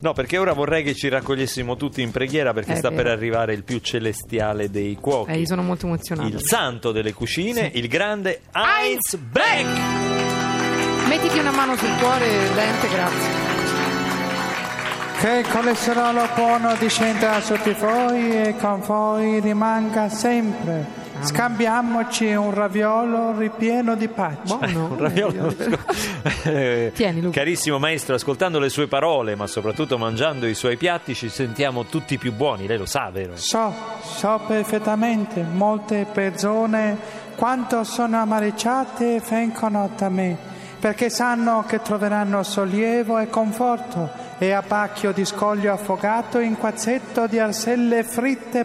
No, perché ora vorrei che ci raccogliessimo tutti in preghiera perché È sta vero. per arrivare il più celestiale dei cuochi. Eh, io sono molto emozionato. il santo delle cucine, il grande Heinz Beck. Mettiti una mano sul cuore, Dente, grazie. Che il colesterolo buono discenda sotto voi e con voi rimanga sempre. Scambiamoci un raviolo ripieno di pace. Buono. Un raviolo. Eh, Tieni, Luca. Carissimo maestro, ascoltando le sue parole, ma soprattutto mangiando i suoi piatti, ci sentiamo tutti più buoni. Lei lo sa, vero? So, so perfettamente molte persone quanto sono amareggiate e vengono da me, perché sanno che troveranno sollievo e conforto e abbacchio di scoglio affogato in quazzetto di arselle fritte e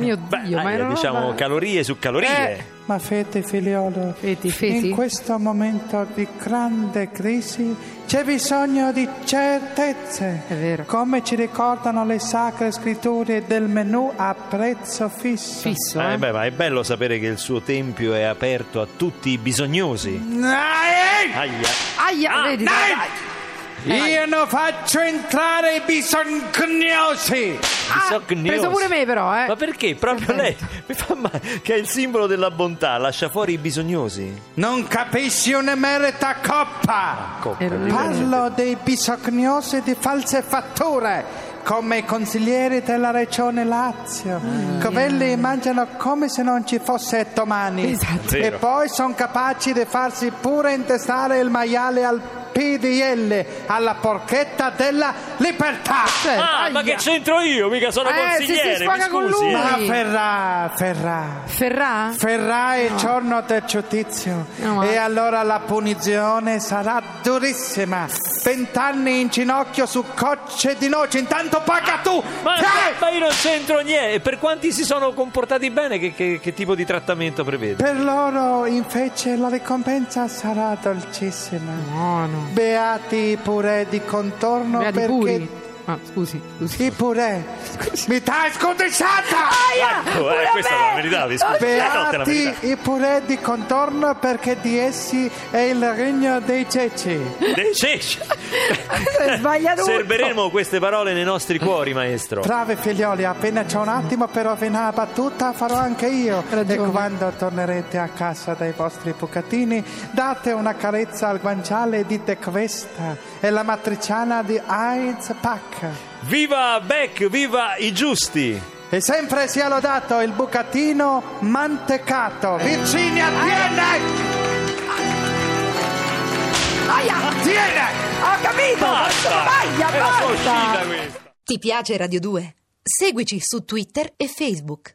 Mio Beh, Dio, ma dai, era una diciamo roba- calorie su calorie. Eh. Ma fete figliolo, Feti, feti. in questo momento di grande crisi c'è bisogno di certezze. È vero. Come ci ricordano le sacre scritture del menù a prezzo fisso. Fisso, Eh, eh. beh, ma è bello sapere che il suo tempio è aperto a tutti i Mm. bisognosi. Dai! Aia. Aia, Ah, vedi? dai, dai. Eh, Io non faccio entrare i bisognosi! Bisognosi. Ah, preso pure me, però, eh. Ma perché? Proprio lei mi fa male, che è il simbolo della bontà, lascia fuori i bisognosi. Non capisci un'emerita coppa! Coppa, Era- dico. Parlo dei bisognosi di false fatture come i consiglieri della regione Lazio. Covelli mangiano come se non ci fosse domani. Esatto. Vero. E poi sono capaci di farsi pure intestare il maiale al PDL, alla porchetta della libertà. Cioè, Ah, aia. ma che c'entro io? Mica sono Eh, se consigliere, si mi sfoga con scusi. lui. eh. Ma Ah, Ferrà, Ferrà. Ferrà? Ferrà è giorno del giudizio No, ma- e allora la punizione sarà durissima. Vent'anni in ginocchio su cocce di noce, intanto paga tu! Cioè, Ma, Cioè! Te! ma io non c'entro niente. E per quanti si sono comportati bene, che, che- che tipo di trattamento prevede? Per loro invece la ricompensa sarà dolcissima. Buono. Beati i purè di contorno Beati perché... puri. Ah, scusi, scusi. I purè! Mi dai scondisciata! Ecco, eh, questa è la verità, mi scusi. Eh, no, te la Beati verità. i purè di contorno perché di essi è il regno dei ceci. Dei ceci. Sbagliato. Serberemo queste parole nei nostri cuori, maestro. Brave figlioli, appena c'è un attimo per rovinare la battuta farò anche io. Ragione. E quando tornerete a casa dai vostri bucatini, date una carezza al guanciale e dite questa è la matriciana di Heinz Pack. Viva Beck, viva i giusti. E sempre sia lodato il bucatino mantecato. Virginia, tiene! Tiene! Ho capito! Basta! Aia, È la sua basta! uscita questa. Ti piace Radio 2? Seguici su Twitter e Facebook.